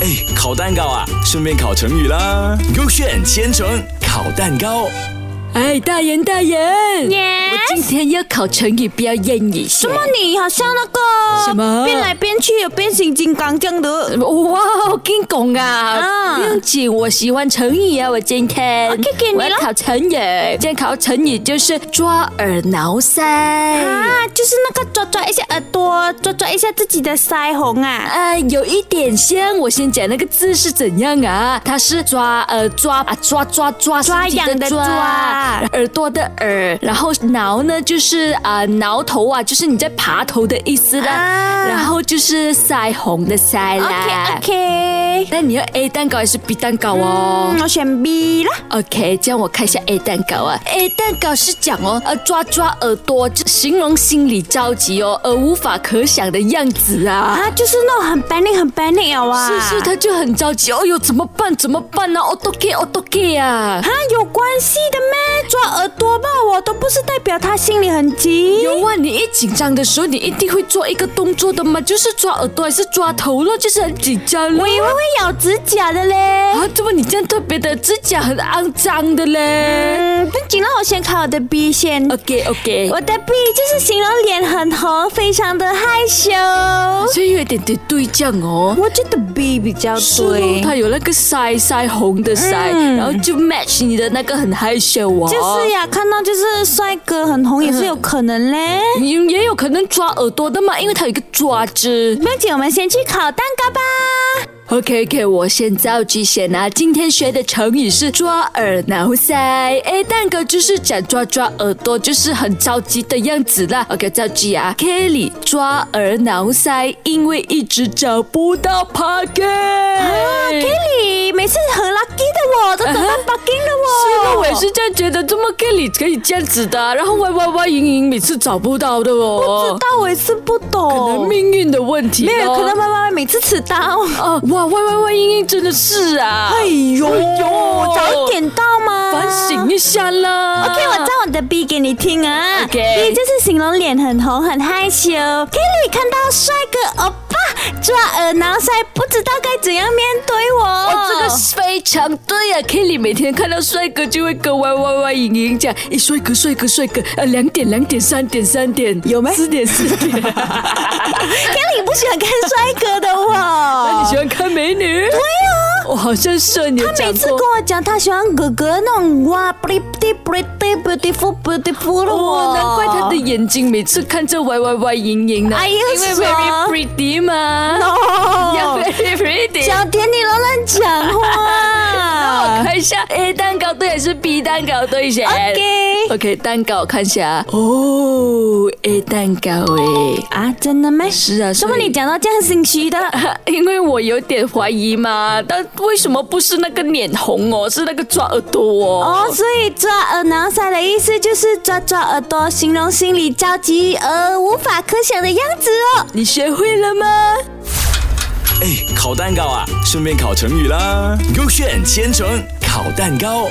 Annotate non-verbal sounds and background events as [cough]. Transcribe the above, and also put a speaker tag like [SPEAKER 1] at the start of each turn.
[SPEAKER 1] 哎，烤蛋糕啊，顺便烤成语啦。勾选千层烤蛋糕，
[SPEAKER 2] 哎，大人大人，
[SPEAKER 3] 耶
[SPEAKER 2] 我今天要考成语表演一下
[SPEAKER 3] 怎。么你好像那个
[SPEAKER 2] 什么
[SPEAKER 3] 变来变去有变形金刚这样的？
[SPEAKER 2] 哇，我跟你讲啊，
[SPEAKER 3] 啊
[SPEAKER 2] 不用紧，我喜欢成语啊，我今天
[SPEAKER 3] OK，给你
[SPEAKER 2] 我要
[SPEAKER 3] 咯
[SPEAKER 2] 考成语，今天考成语就是抓耳挠腮。
[SPEAKER 3] 啊，就是那个抓抓一下耳朵，抓抓一下自己的腮红啊。
[SPEAKER 2] 呃，有一点像，我先讲那个字是怎样啊？它是抓呃抓啊抓抓抓
[SPEAKER 3] 抓
[SPEAKER 2] 身体
[SPEAKER 3] 痒的
[SPEAKER 2] 抓
[SPEAKER 3] 抓
[SPEAKER 2] 耳朵的耳，然后挠呢就是啊、挠头啊，就是你在爬头的意思啦。
[SPEAKER 3] 啊
[SPEAKER 2] 然后就是腮红的腮啦。
[SPEAKER 3] OK OK，
[SPEAKER 2] 那你要 A 蛋糕还是 B 蛋糕哦？
[SPEAKER 3] 嗯，我选 B 啦。
[SPEAKER 2] OK，这样我看一下 A 蛋糕啊，A 蛋糕是讲哦，呃，抓抓耳朵，就形容心里着急哦，而无法可想的样子啊。
[SPEAKER 3] 啊，就是那种很 panic 很 panic 啊哇。
[SPEAKER 2] 是是，他就很着急，哦哟，怎么办？怎么办呢、啊？哦，都给，哦，都给啊！
[SPEAKER 3] 啊，有关系的咩？抓耳朵吧，我都不是代表他心里很急。
[SPEAKER 2] 有啊，你一紧张的时候，你一定会做一个动作的嘛，就是抓耳朵还是抓头咯，就是很紧张咯
[SPEAKER 3] 我。以为会咬指甲的嘞。
[SPEAKER 2] 啊，怎么你这样特别的指甲很肮脏的嘞
[SPEAKER 3] 嗯，不紧了，我先看我的 B 先。
[SPEAKER 2] ？OK OK，
[SPEAKER 3] 我的 B 就是形容脸很红，非常的害羞。
[SPEAKER 2] 所以有一点点对症哦。
[SPEAKER 3] 我觉得 B 比较
[SPEAKER 2] 是哦
[SPEAKER 3] 对，
[SPEAKER 2] 它有那个腮腮红的腮，
[SPEAKER 3] 嗯
[SPEAKER 2] 然后就 match 你的那个很害羞哦。
[SPEAKER 3] 就是呀，看到就是帅哥很红也是有可能嘞。
[SPEAKER 2] 也也有可能抓耳朵的嘛，因为它有一个抓字。
[SPEAKER 3] 不要紧，我们先去烤蛋糕吧。
[SPEAKER 2] OK OK，我先造句先啊。今天学的成语是抓耳挠腮。哎，蛋糕就是讲抓抓耳朵，就是很着急的样子啦。OK，造句啊，Kelly 抓耳挠腮，因为一直找不到 Pocket。啊
[SPEAKER 3] Kelly，每次很 lucky 的我，都等到 bugging 的
[SPEAKER 2] 是的，
[SPEAKER 3] 我。
[SPEAKER 2] 我也是这样觉得，怎么 Kelly 可以这样子的啊、然后 Y Y Y 莹莹每次找不到的
[SPEAKER 3] 不
[SPEAKER 2] 哦
[SPEAKER 3] 知，道，我也是不懂。
[SPEAKER 2] 可能命运的问题、哦，
[SPEAKER 3] 没有，可能妈妈每次迟到。
[SPEAKER 2] 哦，哇，Y Y Y 莹莹真的是啊，
[SPEAKER 3] 哎呦，早一点到吗？
[SPEAKER 2] 反省一下啦。
[SPEAKER 3] OK，我唱我的 B 给你听啊。
[SPEAKER 2] 啊 OK
[SPEAKER 3] B 就是形容脸很红、很害羞。Kelly 看到帅哥欧巴抓耳挠腮，不知道该怎样面对我。
[SPEAKER 2] 哦，这个非常对啊！Kelly 每天看到帅哥就会跟 Y Y Y 莹莹讲：“诶，帅哥，帅哥，帅哥！”呃，两点，两点，三点，三点，有没？四点，四点。
[SPEAKER 3] Kelly 不喜欢看帅哥的我
[SPEAKER 2] [laughs]
[SPEAKER 3] 哎
[SPEAKER 2] 那。你喜欢看美女？对啊，我好像是你有
[SPEAKER 3] 每
[SPEAKER 2] 讲
[SPEAKER 3] 次
[SPEAKER 2] 过
[SPEAKER 3] 跟。我讲他喜欢哥哥那种哇，pretty pretty beautiful beautiful 的我
[SPEAKER 2] 哦，，难怪他的眼睛每次看着歪歪歪盈盈的，
[SPEAKER 3] 哎呀
[SPEAKER 2] 因为
[SPEAKER 3] 是啊
[SPEAKER 2] very pretty 嘛
[SPEAKER 3] no，
[SPEAKER 2] ，very pretty。
[SPEAKER 3] 哦小甜你都乱讲
[SPEAKER 2] [laughs] 那我
[SPEAKER 3] 话。
[SPEAKER 2] 看一下 A 蛋糕队还是 B 蛋糕队先
[SPEAKER 3] OK
[SPEAKER 2] OK，蛋糕我看一下啊，哦，A 蛋糕诶，
[SPEAKER 3] 啊，真的吗？
[SPEAKER 2] 是啊，
[SPEAKER 3] 怎么你
[SPEAKER 2] 所以？
[SPEAKER 3] 讲到这样心虚的？
[SPEAKER 2] [laughs] 因为我有点怀疑嘛，但为什么不是那个脸红哦，是那个抓耳朵哦？
[SPEAKER 3] 哦，所以抓耳挠腮的意思就是抓抓耳朵，形容心里着急而无法可想的样子哦。
[SPEAKER 2] 你学会了吗？
[SPEAKER 1] 哎，烤蛋糕啊，顺便烤成语啦。勾选千层烤蛋糕。